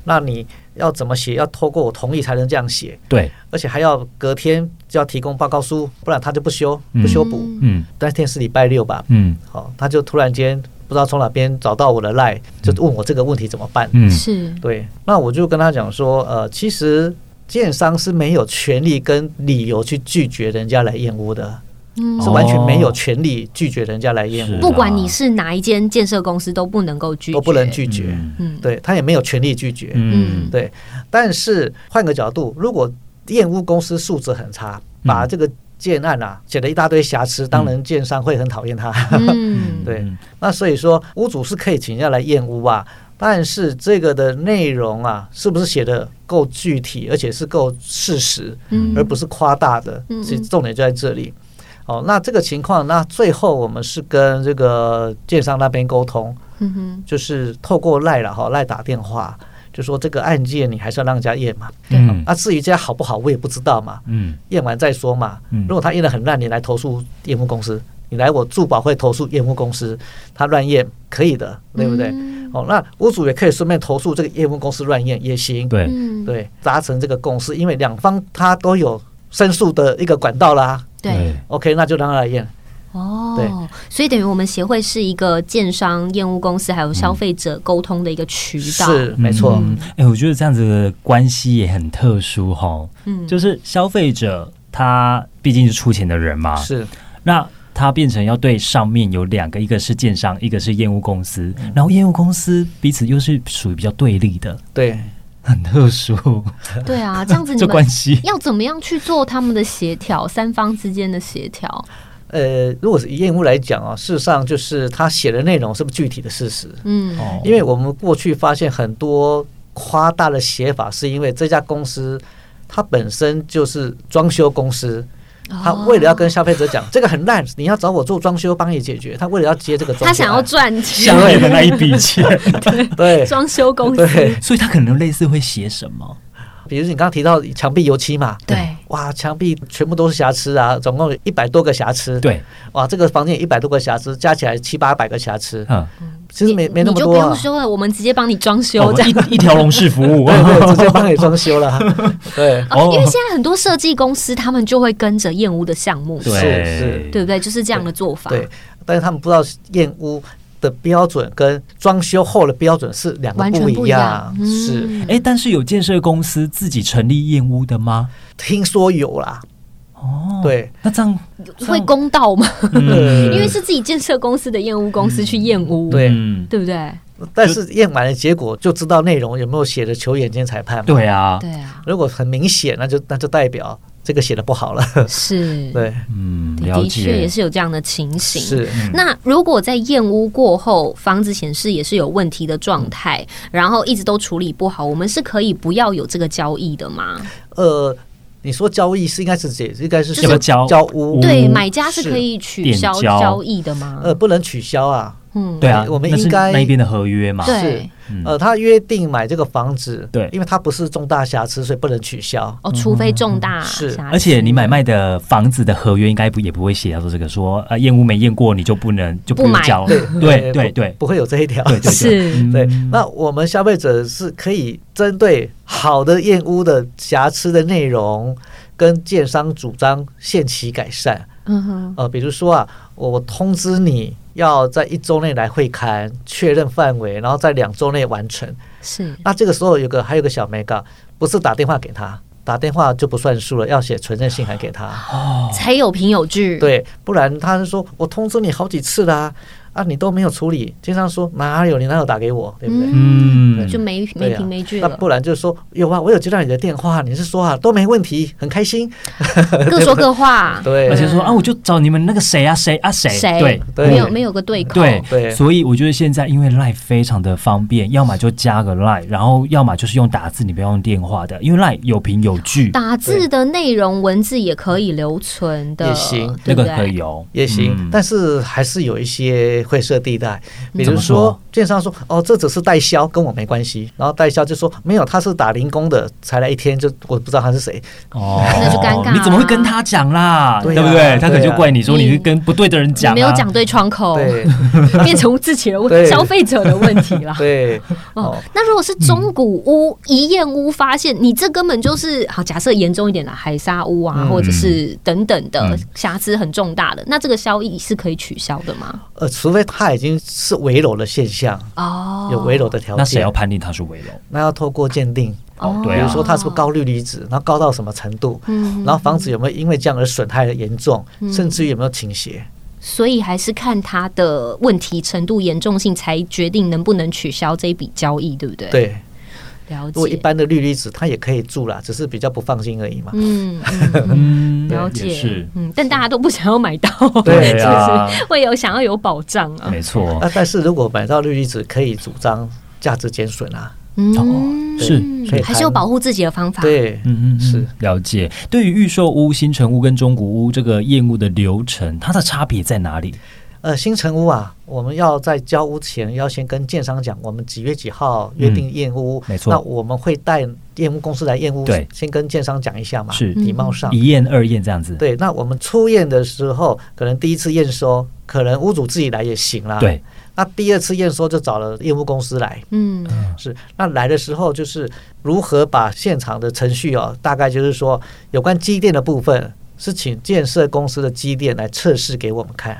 Speaker 3: 那你要怎么写？要透过我同意才能这样写。
Speaker 1: 对，
Speaker 3: 而且还要隔天就要提供报告书，不然他就不修不修补。
Speaker 2: 嗯
Speaker 1: 嗯
Speaker 3: 那天是礼拜六吧，
Speaker 1: 嗯
Speaker 3: 好、他就突然间不知道从哪边找到我的赖，就问我这个问题怎么办。
Speaker 1: 嗯，
Speaker 2: 是，
Speaker 3: 对，那我就跟他讲说，呃，其实建商是没有权利跟理由去拒绝人家来验屋的，
Speaker 2: 嗯
Speaker 3: 是
Speaker 1: 哦
Speaker 3: 完全没有权利拒绝人家来验
Speaker 1: 是
Speaker 3: 屋，
Speaker 2: 不管你是哪一间建设公司，都不能够拒绝，
Speaker 3: 啊都不能，拒绝。
Speaker 2: 嗯，
Speaker 3: 对他也没有权利拒绝。
Speaker 1: 嗯
Speaker 2: 嗯
Speaker 3: 对，但是换个角度，如果验屋公司素质很差，把
Speaker 2: 嗯
Speaker 3: 这个建案啊写了一大堆瑕疵，当然建商会很讨厌他。
Speaker 2: 嗯，
Speaker 3: 对，那所以说屋主是可以请人家来验屋啊。但是这个的内容啊，是不是写的够具体，而且是够事实，
Speaker 2: 嗯
Speaker 3: 而不是夸大的
Speaker 2: 嗯嗯？
Speaker 3: 其实重点就在这里。哦，那这个情况，那最后我们是跟这个建商那边沟通，
Speaker 2: 嗯哼，
Speaker 3: 就是透过赖了哈，赖打电话，就说这个案件你还是要让人家验嘛。
Speaker 1: 嗯
Speaker 3: 啊，至于这样好不好，我也不知道嘛，
Speaker 1: 嗯
Speaker 3: 验完再说嘛。
Speaker 1: 嗯
Speaker 3: 如果他验的很烂，你来投诉验屋公司，你来我住保会投诉验屋公司，他乱验可以的， [LAUGHS] 对不对？
Speaker 2: 嗯
Speaker 3: 哦，那屋主也可以顺便投诉这个验屋公司乱验也行，
Speaker 1: 对，
Speaker 2: 嗯
Speaker 3: 对，达成这个共识，因为两方他都有申诉的一个管道啦。
Speaker 2: 对，
Speaker 3: OK，那就让他来验，
Speaker 2: 哦，
Speaker 3: 对
Speaker 2: 所以等于我们协会是一个建商、验屋公司还有消费者沟通的一个渠道。
Speaker 3: 是没错。
Speaker 1: 嗯哎、我觉得这样子的关系也很特殊哈，
Speaker 2: 嗯，
Speaker 1: 就是消费者他毕竟是出钱的人嘛，
Speaker 3: 是
Speaker 1: 那他变成要对上面有两个，一个是建商，一个是业务公司，
Speaker 3: 嗯
Speaker 1: 然后业务公司彼此又是属于比较对立的，
Speaker 3: 对，
Speaker 1: 很特殊，
Speaker 2: 对
Speaker 3: [LAUGHS]
Speaker 2: 啊，这样子你
Speaker 1: 这关
Speaker 2: 们
Speaker 1: 系
Speaker 2: 要怎么样去做他们的协调，三方之间的协调？
Speaker 3: 呃，如果是以验屋来讲啊，事实上就是他写的内容是不是具体的事实？
Speaker 2: 嗯，
Speaker 1: 哦
Speaker 3: 因为我们过去发现很多夸大的写法，是因为这家公司它本身就是装修公司，它
Speaker 2: 哦
Speaker 3: 为了要跟消费者讲、这个很烂，你要找我做装修帮你解决，它为了要接这个装修案，
Speaker 2: 他想要赚
Speaker 1: 下
Speaker 2: 钱，
Speaker 1: 面的那一笔钱，
Speaker 3: [LAUGHS]
Speaker 1: [LAUGHS]
Speaker 3: 对
Speaker 2: 装修公司，
Speaker 3: 对，
Speaker 1: 所以他可能类似会写什么？
Speaker 3: 比如你刚刚提到墙壁油漆嘛，
Speaker 2: 对
Speaker 3: 哇，墙壁全部都是瑕疵啊，总共有一百多个瑕疵，，
Speaker 1: 对，
Speaker 3: 哇，这个房间有一百多个瑕疵，加起来七八百个瑕疵，
Speaker 1: 嗯，
Speaker 3: 其实没
Speaker 2: 你
Speaker 3: 没那么
Speaker 2: 你就
Speaker 3: 多、
Speaker 2: 不用
Speaker 3: 啊。
Speaker 2: 修了，我们直接帮你装修
Speaker 1: 哦
Speaker 2: 这样。
Speaker 1: 一一条龙式服务，
Speaker 3: 对对，直接帮你装
Speaker 2: [LAUGHS]
Speaker 3: 修了，对，
Speaker 2: 啊因为现在很多设计公司他们就会跟着燕屋的项
Speaker 1: [LAUGHS]
Speaker 2: 目，
Speaker 3: 是
Speaker 1: 对
Speaker 3: 是
Speaker 2: 对不对？就是这样的做法。
Speaker 3: 对，但是他们不知道验屋的标准跟装修后的标准是两个
Speaker 2: 完全
Speaker 3: 一
Speaker 2: 不一样，嗯
Speaker 3: 是，
Speaker 1: 哎，但是有建设公司自己成立燕屋的吗？
Speaker 3: 听说有啦，
Speaker 1: 哦，，
Speaker 3: 对，
Speaker 1: 那这样
Speaker 2: 会公道吗？ [LAUGHS]
Speaker 1: 嗯
Speaker 2: 因为是自己建设公司的验屋公司去验屋，
Speaker 3: 对
Speaker 1: 嗯
Speaker 2: 对不对？
Speaker 3: 但是验完了结果就知道内容有没有写的求眼见裁判嘛。
Speaker 1: 对啊，
Speaker 2: 对啊，
Speaker 3: 如果很明显，那就那就代表这个写的不好了。 [LAUGHS]
Speaker 2: 是，
Speaker 3: 对，
Speaker 1: 嗯，了
Speaker 2: 的确也
Speaker 1: 解，
Speaker 2: 是有这样的情形。
Speaker 3: 是
Speaker 2: 那如果在验屋过后，房子显示也是有问题的状态，然后一直都处理不好，我们是可以不要有这个交易的吗？
Speaker 3: 呃，你说交易是应该是解，应该是
Speaker 1: 就是交
Speaker 3: 交屋
Speaker 1: 屋？
Speaker 2: 对，买家是
Speaker 3: 是
Speaker 2: 可以取消
Speaker 1: 点交
Speaker 2: 交易的吗？
Speaker 3: 呃，不能取消啊。
Speaker 2: 嗯，
Speaker 1: 对啊，
Speaker 3: 我们
Speaker 1: 那是
Speaker 3: 应该
Speaker 1: 那一边的合约嘛，
Speaker 2: 对，
Speaker 1: 嗯
Speaker 3: 呃，他约定买这个房子，
Speaker 1: 对
Speaker 3: 因为它不是重大瑕疵，所以不能取消。
Speaker 2: 哦，除非重大
Speaker 3: 是
Speaker 2: 瑕疵
Speaker 1: 而且你买卖的房子的合约应该不也不会写到说这个说呃验屋没验过你就不能就
Speaker 2: 不
Speaker 1: 用
Speaker 2: 买
Speaker 1: 交，
Speaker 3: 呃
Speaker 1: 对对
Speaker 3: 不
Speaker 1: 对
Speaker 3: 不会有这一条。
Speaker 1: 对对
Speaker 2: 是
Speaker 1: 嗯
Speaker 3: [LAUGHS] 对，那我们消费者是可以针对好的验屋的瑕疵的内容，跟建商主张限期改善。
Speaker 2: 嗯哼，
Speaker 3: 呃，比如说啊，我通知你要在一周内来会勘，确认范围，然后在两周内完成。
Speaker 2: 是
Speaker 3: 那这个时候有个还有个小 mega，不是打电话给他，打电话就不算数了，要写存证信函给他。
Speaker 2: 才有凭有据。，
Speaker 3: 对，不然他是说我通知你好几次啦、啊，你都没有处理。经常说哪有你哪有打给我，对不对？
Speaker 1: 嗯
Speaker 2: 就没
Speaker 3: 对
Speaker 2: 没
Speaker 3: 啊
Speaker 2: 凭没据
Speaker 3: 那
Speaker 2: 了，
Speaker 3: 不然就是说有啊，我有接到你的电话，你是说啊都没问题，很开
Speaker 2: [LAUGHS]
Speaker 3: 心。
Speaker 2: 各说各话。
Speaker 3: 对
Speaker 1: 而且说啊我就找你们那个谁啊谁啊谁
Speaker 2: 谁
Speaker 3: 对
Speaker 2: 没有没有个对口？
Speaker 1: 对
Speaker 3: 对
Speaker 1: 所以我觉得现在因为 Line 非常的方便，要么就加个 Line，然后要么就是用打字，你不要用电话的，因为 Line 有凭有据，
Speaker 2: 打字的内容文字也可以留存的，
Speaker 3: 也行
Speaker 1: 那
Speaker 2: 对不
Speaker 1: 个
Speaker 2: 对？
Speaker 1: 可以哦，
Speaker 3: 也行，
Speaker 1: 嗯
Speaker 3: 但是还是有一些灰色地带，啊比
Speaker 1: 怎
Speaker 3: 如
Speaker 1: 么
Speaker 3: 说
Speaker 1: 说
Speaker 3: 建商说哦，这只是代销，跟我没关系。然后代销就说没有，他是打零工的，才来一天就我不知道他是谁。
Speaker 1: 哦，
Speaker 2: 那就尴尬啊
Speaker 1: 你怎么会跟他讲啦？
Speaker 3: 对啊
Speaker 1: 不对？他可能
Speaker 3: 对
Speaker 1: 就
Speaker 3: 啊
Speaker 1: 怪你说你是跟不对的人讲、啊，
Speaker 2: 你没有讲对窗口，
Speaker 3: 对
Speaker 2: 变成自己的问
Speaker 3: 对
Speaker 2: 消费者的问题了。
Speaker 3: 对，
Speaker 2: [LAUGHS] 哦
Speaker 3: 哦，
Speaker 2: 那如果是中古屋、一验屋，发现你这根本就是好，假设严重一点啦，海沙屋啊，
Speaker 3: 嗯
Speaker 2: 或者是等等的
Speaker 1: 嗯
Speaker 2: 瑕疵很重大的，那这个交易是可以取消的吗？
Speaker 3: 呃，除非他已经是围楼的现象，
Speaker 2: 哦，
Speaker 3: 有围楼的条
Speaker 1: 那谁
Speaker 3: 件
Speaker 1: 要，判定他是围楼？
Speaker 3: 那要透过鉴定，
Speaker 2: 哦，
Speaker 1: 对
Speaker 3: 比
Speaker 1: 啊
Speaker 3: 如说它是不是高氯离子，然后高到什么程度，
Speaker 2: 嗯，
Speaker 3: 然后房子有没有因为这样而损害的严重，甚至于有没有倾斜。
Speaker 2: 所以还是看它的问题程度严重性，才决定能不能取消这一笔交易，对不对？，
Speaker 3: 对，
Speaker 2: 了
Speaker 3: 如果一
Speaker 2: 解。
Speaker 3: 般的氯离子，它也可以住啦，只是比较不放心而已嘛。
Speaker 2: 嗯，嗯
Speaker 3: [LAUGHS]
Speaker 1: 嗯
Speaker 2: 了
Speaker 1: 也
Speaker 2: 解
Speaker 1: 是，，
Speaker 2: 嗯，但大家都不想要买到，[LAUGHS]
Speaker 3: 对
Speaker 2: 就是
Speaker 1: 啊
Speaker 2: 会有想要有保障啊。
Speaker 3: 嗯
Speaker 1: 没错。
Speaker 3: 那但是如果买到氯离子，可以主张价值减损啊。
Speaker 2: 嗯，
Speaker 1: 是
Speaker 3: 所以
Speaker 2: 还是有
Speaker 3: 谈
Speaker 2: 保护自己的方法。，
Speaker 3: 对，
Speaker 1: 嗯嗯，
Speaker 3: 是
Speaker 1: 了解。对于预售屋、新城屋跟中古屋这个验屋的流程，它的差别在哪里？
Speaker 3: 呃，新城屋啊，我们要在交屋前要先跟建商讲，我们几月几号约定验屋，
Speaker 1: 嗯没错
Speaker 3: 那我们会带验屋公司来验屋，
Speaker 1: 对
Speaker 3: 先跟建商讲一下嘛，
Speaker 1: 是
Speaker 2: 嗯
Speaker 3: 礼貌上。
Speaker 1: 一验、二验这样子？
Speaker 3: 对，那我们初验的时候，可能第一次验收，可能屋主自己来也行啦。，
Speaker 1: 对，
Speaker 3: 那第二次验收就找了验屋公司来，
Speaker 2: 嗯
Speaker 3: 是，那来的时候就是如何把现场的程序哦，大概就是说有关机电的部分是请建设公司的机电来测试给我们看，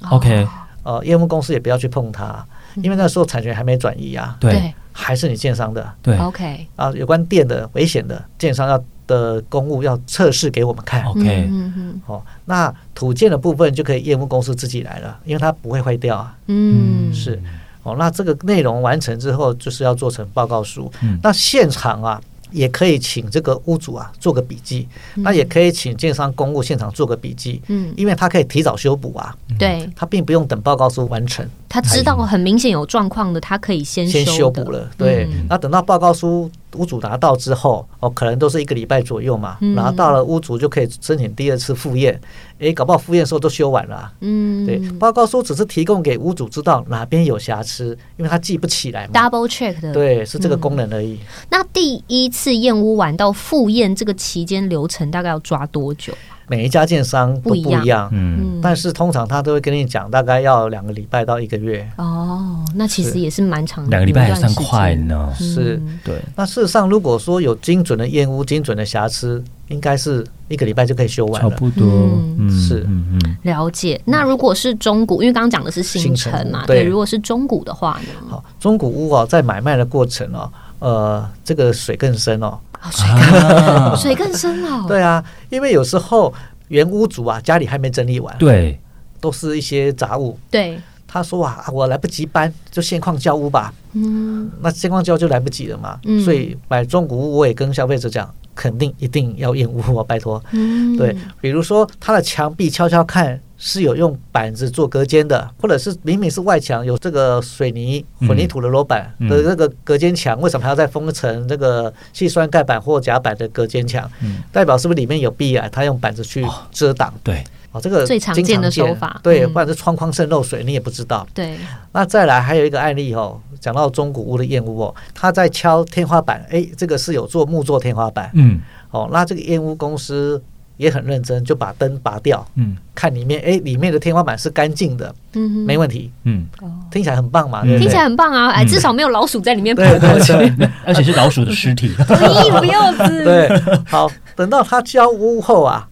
Speaker 2: 哦
Speaker 1: OK
Speaker 3: 呃，业务公司也不要去碰它，因为那时候产权还没转移啊，
Speaker 1: 对
Speaker 3: 还是你建商的
Speaker 1: 对
Speaker 2: OK
Speaker 3: 啊，有关电的危险的建商要的公务要测试给我们看。
Speaker 1: 哦 OK
Speaker 2: 嗯嗯
Speaker 3: 哦，那土建的部分就可以业务公司自己来了，因为它不会坏掉啊。
Speaker 2: 嗯，嗯
Speaker 3: 是，哦，那这个内容完成之后，就是要做成报告书。
Speaker 1: 嗯
Speaker 3: 那现场啊，也可以请这个屋主啊做个笔记，那也可以请建商公务现场做个笔记，
Speaker 2: 嗯，
Speaker 3: 因为他可以提早修补啊，
Speaker 2: 对
Speaker 3: 他并不用等报告书完成
Speaker 2: 他知道很明显有状况的，他可以先
Speaker 3: 先修
Speaker 2: 的
Speaker 3: 补。了。对，
Speaker 2: 嗯
Speaker 3: 那等到报告书屋主拿到之后，哦，可能都是一个礼拜左右嘛，
Speaker 2: 嗯
Speaker 3: 拿到了屋主就可以申请第二次复验，诶，搞不好复验的时候都修完了啊、
Speaker 2: 嗯，
Speaker 3: 对，报告书只是提供给屋主知道哪边有瑕疵，因为他记不起来嘛。
Speaker 2: ，double check 的。，
Speaker 3: 对，是这个功能而已。
Speaker 2: 那第一次验屋完到复验这个期间流程大概要抓多久？
Speaker 3: 每一家建商都
Speaker 2: 不
Speaker 3: 不
Speaker 2: 一
Speaker 3: 一
Speaker 2: 样
Speaker 3: 样，
Speaker 1: 嗯，
Speaker 2: 嗯，
Speaker 3: 但是通常他都会跟你讲，大概要两个礼拜到一个月。
Speaker 2: 哦，那其实
Speaker 3: 是
Speaker 2: 也是蛮长的，
Speaker 1: 两个礼拜还算
Speaker 2: 有一段时间
Speaker 1: 快。呢。
Speaker 3: 是，
Speaker 2: 嗯
Speaker 1: 对，
Speaker 3: 那事实上，如果说有精准的验屋、精准的瑕疵，应该是一个礼拜就可以修完
Speaker 1: 差
Speaker 3: 了。
Speaker 1: 不多
Speaker 2: 嗯，
Speaker 1: 嗯，
Speaker 3: 是
Speaker 1: 嗯嗯，
Speaker 2: 了解。那如果是中古，因为刚刚讲的是新城
Speaker 3: 新
Speaker 2: 嘛，
Speaker 3: 城对
Speaker 2: 对，如果是中古的话呢？
Speaker 3: 好，中古屋哦，在买卖的过程哦，呃，这个水更深哦。
Speaker 2: 哦水
Speaker 1: 啊
Speaker 2: 更水更深哦了。
Speaker 3: 对啊，因为有时候原屋主啊，家里还没整理完，
Speaker 1: 对，
Speaker 3: 都是一些杂物。
Speaker 2: 对，
Speaker 3: 他说啊，啊我来不及搬，就现况交屋吧。
Speaker 2: 嗯，
Speaker 3: 那现况交就来不及了嘛。
Speaker 2: 嗯
Speaker 3: 所以买中古屋，我也跟消费者讲，肯定一定要验屋哦，拜托。
Speaker 2: 嗯
Speaker 3: 对，比如说它的墙壁敲敲看是有用板子做隔间的，或者是明明是外墙有这个水泥混凝土的楼板
Speaker 1: 嗯
Speaker 3: 的这个隔间墙，为什么还要再封成这个细酸盖板或夹板的隔间墙？
Speaker 1: 嗯
Speaker 3: 代表是不是里面有壁啊？它用板子去遮挡。
Speaker 1: 对，
Speaker 3: 哦，这个
Speaker 2: 最常见的
Speaker 3: 经常见
Speaker 2: 手法
Speaker 3: 对，
Speaker 2: 嗯
Speaker 3: 不然是窗框渗漏水，你也不知道。
Speaker 2: 对，
Speaker 3: 那再来还有一个案例哦，讲到中古屋的燕屋哦，它在敲天花板，诶，这个是有做木做天花板，
Speaker 1: 嗯
Speaker 3: 哦，那这个燕屋公司也很认真，就把灯拔掉，
Speaker 1: 嗯
Speaker 3: 看里面，诶，里面的天花板是干净的，
Speaker 2: 嗯哼，
Speaker 3: 没问题，
Speaker 2: [LAUGHS]
Speaker 1: 嗯，
Speaker 2: 哦
Speaker 3: 听起来很棒嘛，
Speaker 1: 嗯
Speaker 3: 对不
Speaker 2: 听起来
Speaker 3: 对？
Speaker 2: 很棒啊！哎，
Speaker 1: 嗯
Speaker 2: 至少没有老鼠在里面跑
Speaker 3: 对
Speaker 2: 过
Speaker 3: 对
Speaker 2: 去，
Speaker 3: 对
Speaker 1: [LAUGHS] 而且是老鼠的尸
Speaker 2: [LAUGHS]
Speaker 1: 体，
Speaker 2: 咦，不要子，
Speaker 3: [LAUGHS] 对，好，等到他交屋后啊，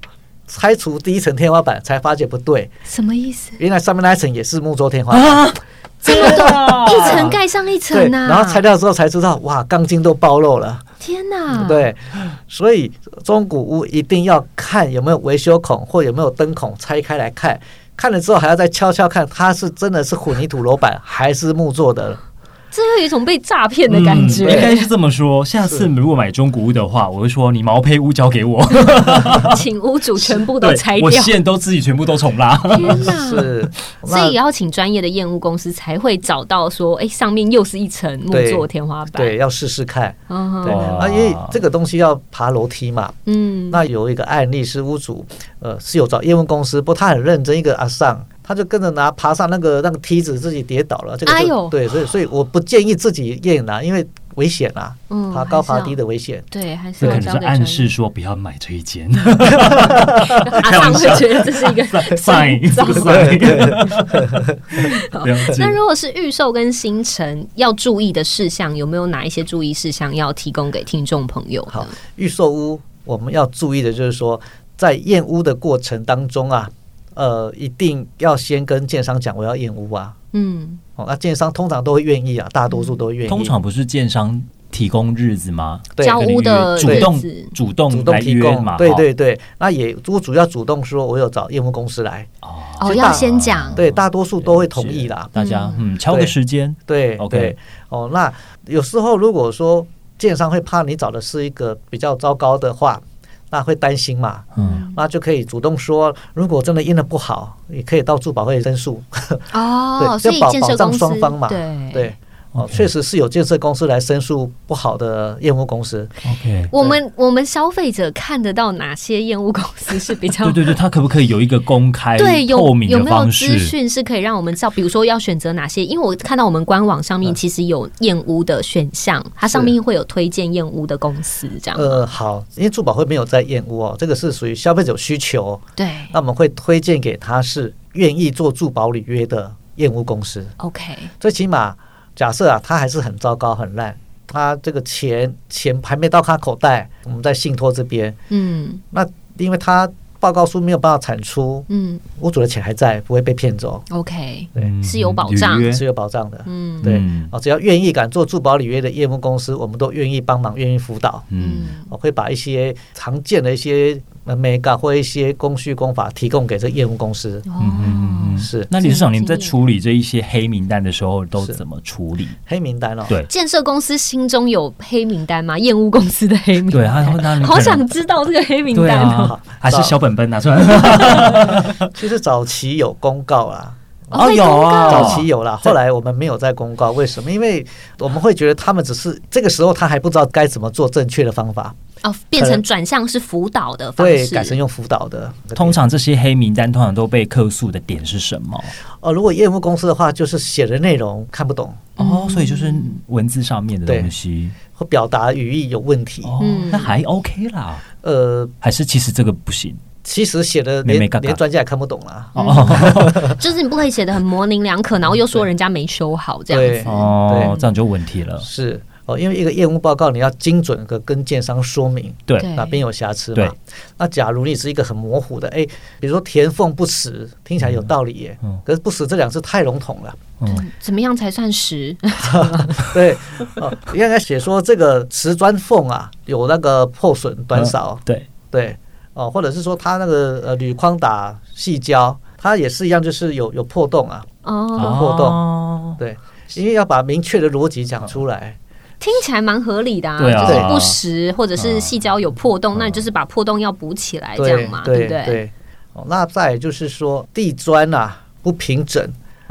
Speaker 3: 拆除第一层天花板，才发觉不对，
Speaker 2: 什么意思？
Speaker 3: 原来上面那一层也是木做天花
Speaker 2: 啊
Speaker 3: 板，
Speaker 2: 这么
Speaker 1: 嗯
Speaker 2: 多，一层盖上一
Speaker 3: 对，
Speaker 2: 层啊呐！
Speaker 3: 然后拆掉之后才知道，哇，钢筋都暴露了。
Speaker 2: 天哪！，
Speaker 3: 对，
Speaker 2: 嗯
Speaker 3: 所以中古屋一定要看有没有维修孔或有没有灯孔，拆开来看。看了之后还要再敲敲看，它是真的是混凝土楼板还是木做的？
Speaker 2: 这又有一种被诈骗的感觉。
Speaker 1: 嗯应该是这么说。下次如果买中古屋的话，我会说你毛坯屋交给
Speaker 2: [LAUGHS]
Speaker 1: 我，
Speaker 2: 请屋主全部都
Speaker 1: 对
Speaker 2: 拆，掉
Speaker 1: 我。线都自己全部都重拉。
Speaker 2: 天哪！ [LAUGHS]
Speaker 3: 是，
Speaker 2: 所以也
Speaker 3: 那
Speaker 2: 要请专业的验屋公司才会找到说，哎，上面又是一层木
Speaker 3: 对
Speaker 2: 做天花板。
Speaker 3: 对，要试试看。
Speaker 2: 嗯哼，
Speaker 3: 对，
Speaker 1: 哇
Speaker 3: 啊，因为这个东西要爬楼梯嘛。
Speaker 2: 嗯，
Speaker 3: 那有一个案例是屋主，呃，是有找业务公司，不过他很认真，一个阿上，他就跟着拿爬上那个那个梯子，自己跌倒了。这个就
Speaker 2: 哎呦
Speaker 3: 对，所以所以我不建议自己验啦，因为危险啊，
Speaker 2: 嗯
Speaker 3: 爬高
Speaker 2: 还是要
Speaker 3: 爬低的危险。
Speaker 2: 对，还是
Speaker 1: 这
Speaker 2: 要
Speaker 1: 可能
Speaker 2: 交
Speaker 1: 是
Speaker 2: 给
Speaker 1: 暗
Speaker 2: 专 [LAUGHS]
Speaker 1: 示说不要买这一间
Speaker 2: 业。阿
Speaker 1: 开
Speaker 2: 尚
Speaker 1: 玩
Speaker 2: 会
Speaker 1: 笑
Speaker 2: 觉得这是一
Speaker 3: [LAUGHS]
Speaker 2: 个
Speaker 1: ，sign
Speaker 2: [LAUGHS] 征兆
Speaker 1: [LAUGHS] sign。了 [LAUGHS]
Speaker 3: [LAUGHS]
Speaker 1: 解
Speaker 2: 那。如果是预售跟新城要注意的事项，有没有哪一些注意事项要提供给听众朋友？
Speaker 3: 好，预售屋我们要注意的就是说，在验屋的过程当中啊，呃，一定要先跟建商讲我要验屋啊。
Speaker 2: 嗯，
Speaker 3: 哦，那建商通常都会愿意啊，大多数都会愿意。
Speaker 1: 嗯通常不是建商提供日子吗？
Speaker 3: 对
Speaker 2: 交屋的
Speaker 1: 主
Speaker 2: 日
Speaker 1: 动
Speaker 2: 子
Speaker 1: 主
Speaker 3: 主
Speaker 1: 动
Speaker 3: 动
Speaker 1: 来
Speaker 3: 提
Speaker 1: 约
Speaker 3: 供
Speaker 1: 嘛，，
Speaker 3: 对
Speaker 1: 哈
Speaker 3: 对对，那也屋主要主动说，我有找验屋公司来，
Speaker 1: 哦，
Speaker 2: 哦，
Speaker 3: 知
Speaker 2: 要
Speaker 3: 道
Speaker 2: 先讲，
Speaker 3: 对，大多数都会同意
Speaker 1: 是
Speaker 3: 啦。
Speaker 1: 大家嗯敲个
Speaker 3: 对
Speaker 1: 时间，
Speaker 3: 对
Speaker 1: OK
Speaker 3: 对，哦，那有时候如果说建商会怕你找的是一个比较糟糕的话，那会担心嘛，
Speaker 1: 嗯，
Speaker 3: 那就可以主动说，如果真的验的不好，也可以到住保会申诉，
Speaker 2: 哦，
Speaker 3: 对
Speaker 2: 所以
Speaker 3: 要保
Speaker 2: 建设
Speaker 3: 保障
Speaker 2: 公司
Speaker 3: 双方嘛
Speaker 2: 对
Speaker 3: 对，哦，确实是有建设公司来申诉不好的验屋公司。
Speaker 1: OK，
Speaker 2: 我们我们消费者看得到哪些厌恶公司是比较
Speaker 1: 对对对，他可不可以有一个公
Speaker 2: [LAUGHS]
Speaker 1: 开、
Speaker 2: 对，
Speaker 1: 透
Speaker 2: 有
Speaker 1: 明
Speaker 2: 有
Speaker 1: 的
Speaker 2: 没有
Speaker 1: 方
Speaker 2: 资
Speaker 1: 式？
Speaker 2: 讯是可以让我们知道？比如说要选择哪些？因为我看到我们官网上
Speaker 3: 嗯
Speaker 2: 面其实有燕屋的选项，它上面会有推荐燕屋的公司这样。
Speaker 3: 呃，好，因为住保会没有在验屋哦，这个是属于消费者需求，
Speaker 2: 对
Speaker 3: 那我们会推荐给他是愿意做住保履约的验屋公司。
Speaker 2: ，OK，
Speaker 3: 最起码假设啊，他还是很糟糕很烂，他这个钱钱还没到他口袋，我们在信托这边，
Speaker 2: 嗯
Speaker 3: 那因为他报告书没有办法产出，
Speaker 2: 嗯
Speaker 3: 屋主的钱还在，不会被骗走，
Speaker 2: ，OK，
Speaker 1: 嗯
Speaker 2: 是有保障
Speaker 1: 履约
Speaker 3: 是有保障的。
Speaker 2: 嗯
Speaker 3: 对
Speaker 1: 嗯，
Speaker 3: 哦，只要愿意敢做住保履约的业务公司，我们都愿意帮忙，愿意辅导。
Speaker 1: 嗯，
Speaker 3: 我会把一些常见的一些呃美感或一些工序工法提供给这业务公司。
Speaker 2: 哦
Speaker 1: 嗯嗯嗯
Speaker 3: 是
Speaker 1: 那理事长，
Speaker 2: 经
Speaker 1: 你
Speaker 2: 验
Speaker 1: 在处理这一些黑名单的时候都
Speaker 3: 是
Speaker 1: 怎么处理？
Speaker 3: 黑名单哦，
Speaker 1: 对
Speaker 2: 建设公司心中有黑名单吗？燕屋公司的黑名
Speaker 1: 对，
Speaker 2: 单，
Speaker 1: 他
Speaker 2: [LAUGHS]
Speaker 1: 那你可能
Speaker 2: 好想知道这个黑名
Speaker 1: 对
Speaker 2: 单哦。
Speaker 1: 啊，还是小本本拿出来？
Speaker 3: [LAUGHS] [LAUGHS] 其实早期有公告啦，
Speaker 1: 啊
Speaker 2: 哦会公告
Speaker 3: 早期有啦，后来我们没有再公告，为什么？因为我们会觉得他们只是这个时候他还不知道该怎么做正确的方法，
Speaker 2: 哦，变成转向是辅导的方
Speaker 3: 对，
Speaker 2: 式，
Speaker 3: 改成用辅导的。
Speaker 1: 通常这些黑名单通常都被客诉的点是什么？
Speaker 3: 哦，如果业务公司的话，就是写的内容看不懂
Speaker 2: 嗯
Speaker 1: 哦，所以就是文字上面的
Speaker 3: 对
Speaker 1: 东西。
Speaker 3: 或表达语义有问题，
Speaker 1: 哦，
Speaker 2: 嗯
Speaker 1: 那还 OK 啦，
Speaker 3: 呃，
Speaker 1: 还是其实这个不
Speaker 3: [LAUGHS]
Speaker 1: 行。
Speaker 3: 其实写的
Speaker 1: 没没
Speaker 3: 连
Speaker 1: 嘎嘎哦
Speaker 3: 连专家也看不懂啦。
Speaker 2: 就是你不可以写的很模棱两可，然后又说人家没修好这样
Speaker 3: 对
Speaker 2: 子。
Speaker 1: 哦
Speaker 3: 对，
Speaker 1: 这样就有问题了。
Speaker 3: 是哦，因为一个业务报告你要精准的跟建商说明
Speaker 1: 对，
Speaker 2: 对
Speaker 3: 哪边有瑕疵
Speaker 1: 对
Speaker 3: 嘛。那假如你是一个很模糊的，哎，比如说填缝不实，听起来有道理耶，
Speaker 1: 嗯
Speaker 3: 可是不实这两个字太笼统了。 [LAUGHS]
Speaker 1: 嗯，
Speaker 2: 怎么样才算实？ [LAUGHS]
Speaker 3: 对，哦，应该写说这个瓷砖缝啊有那个破损短少，
Speaker 1: 呃对，
Speaker 3: 对，哦，或者是说它那个呃铝框打细胶，它也是一样，就是有有破洞啊，
Speaker 2: 哦，
Speaker 3: 有破洞
Speaker 1: 洞，
Speaker 3: 对，因为要把明确的逻辑
Speaker 1: 嗯
Speaker 3: 讲出来，
Speaker 2: 听起来蛮合理的、啊，
Speaker 1: 对啊
Speaker 2: 就是不实或者是细胶有破洞，那你就是把破洞要补起来，这样
Speaker 3: 对
Speaker 2: 嘛，
Speaker 3: 对
Speaker 2: 不对？
Speaker 3: 对，哦，那再来就是说地砖啊不平整，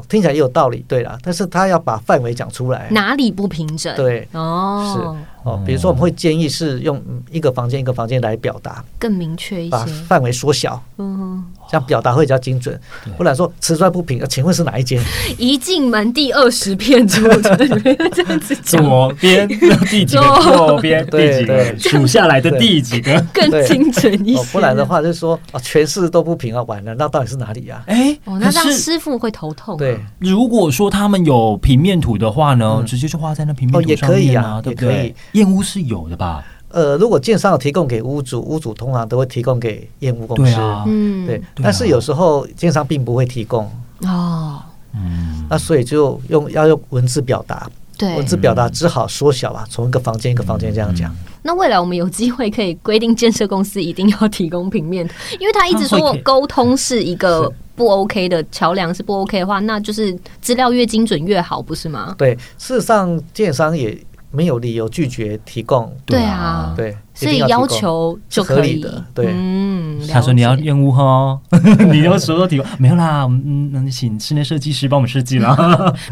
Speaker 3: 听起来也有道理，对啦，但是他要把范围讲出来，
Speaker 2: 哪里不平整？
Speaker 3: 对，
Speaker 2: 哦，
Speaker 3: 哦，比如说我们会建议是用嗯一个房间一个房间来表达，
Speaker 2: 更明确一
Speaker 3: 把
Speaker 2: 些。
Speaker 3: 范围缩小。
Speaker 2: 嗯，
Speaker 3: 这样表达会比较精准，不然说瓷砖不平，呃请问是哪
Speaker 2: [LAUGHS]
Speaker 3: 一间？
Speaker 2: 一进门第二十片就这样子讲，
Speaker 1: 左
Speaker 2: [LAUGHS]
Speaker 1: 边第几个，右边第几个，
Speaker 3: 对对
Speaker 1: 数下来的第几个？
Speaker 2: 更精准一
Speaker 3: 哦，
Speaker 2: 些。
Speaker 3: 不然的话就是说啊，全市都不平啊，完了，那到底是哪里呀、
Speaker 1: 哎，
Speaker 2: 哦，那
Speaker 1: 可
Speaker 2: 让
Speaker 1: 是
Speaker 2: 师傅会头痛、啊。
Speaker 3: 对，
Speaker 1: 如果说他们有平面图的话呢，
Speaker 3: 嗯
Speaker 1: 直接就画在那平
Speaker 3: 哦
Speaker 1: 面图
Speaker 3: 也
Speaker 1: 上
Speaker 3: 可以
Speaker 1: 面
Speaker 3: 啊
Speaker 1: 对不
Speaker 3: 也可
Speaker 1: 对
Speaker 3: 以？
Speaker 1: 燕屋是有的吧？
Speaker 3: 呃，如果建商有提供给屋主，屋主通常都会提供给验屋公司。
Speaker 1: 对啊，
Speaker 2: 嗯，
Speaker 3: 对，
Speaker 1: 对
Speaker 3: 哦但是有时候建商并不会提供，
Speaker 2: 哦，
Speaker 1: 嗯，
Speaker 3: 那所以就用要用文字表达，
Speaker 2: 对
Speaker 3: 文。字表达只好缩小啊，从一个房间一个房间这样讲。
Speaker 2: 那未来我们有机会可以规定建设公司一定要提供平面，因为他一直
Speaker 1: 他会
Speaker 3: [LAUGHS]
Speaker 2: 说
Speaker 1: 给
Speaker 2: 沟通是一个不 OK 的桥梁，是不 OK 的话，那就是资料越精准越好，不是吗？
Speaker 3: 对，事实上建商也没有理由拒绝提供，
Speaker 2: 对啊
Speaker 3: 对，
Speaker 2: 所
Speaker 3: 一
Speaker 2: 以要
Speaker 3: 定要提供。
Speaker 2: 求就
Speaker 3: 合
Speaker 2: 可以
Speaker 3: 理的对
Speaker 2: 嗯，了解
Speaker 1: 他说你要燕屋哦， [LAUGHS] 你要什么都提供没有啦？嗯，那请室内设计师帮我们设计啦。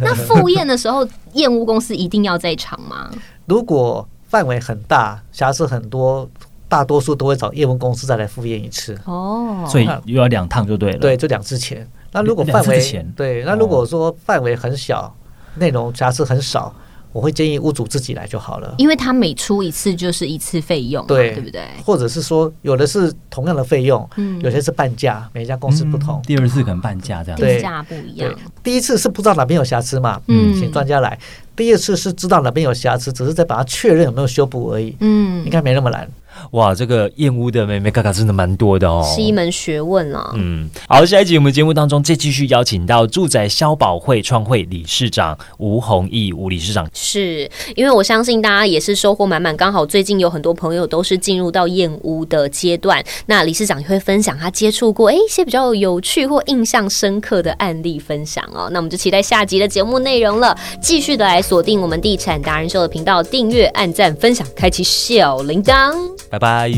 Speaker 2: 那赴宴的时候，验屋公司一定要在场吗？
Speaker 3: 如果范围很大，瑕疵很多，大多数都会找业务公司再来复验一次。
Speaker 2: 哦，
Speaker 1: 所以又要两趟就对了。
Speaker 3: 对，就两次钱。那如果
Speaker 1: 两
Speaker 3: 范
Speaker 1: 次
Speaker 3: 围
Speaker 1: 钱哦
Speaker 3: 对，那如果说范围很小，内容瑕疵很少，我会建议屋主自己来就好了。
Speaker 2: 因为他每出一次就是一次费用嘛，
Speaker 3: 对
Speaker 2: 对不对？
Speaker 3: 或者是说，有的是同样的费用，
Speaker 2: 嗯
Speaker 3: 有些是半价，每一家公
Speaker 1: 嗯，
Speaker 3: 司不同。
Speaker 1: 第二次可能半价这样。
Speaker 3: 对
Speaker 2: 定价不一样
Speaker 3: 对，第一次是不知道哪边有瑕疵嘛，
Speaker 2: 嗯
Speaker 3: 请专家来；第二次是知道哪边有瑕疵，只是在把它确认有没有修补而已，
Speaker 2: 嗯
Speaker 3: 应，该没那么难。
Speaker 4: 哇，这个燕屋的妹妹嘎嘎真的蛮多的哦。
Speaker 2: 是一门学问了。
Speaker 4: 嗯，好，下一集我们节目当中再继续邀请到住宅消保会创会理事长吴宏毅吴理事长。
Speaker 2: 是因为我相信大家也是收获满满，刚好最近有很多朋友都是进入到燕屋的阶段，那理事长也会分享他接触过诶一些比较有趣或印象深刻的案例分享哦。那我们就期待下集的节目内容了，继续的来锁定我们地产达人秀的频道，订阅、按赞、分享，开启小铃铛。
Speaker 4: 拜拜。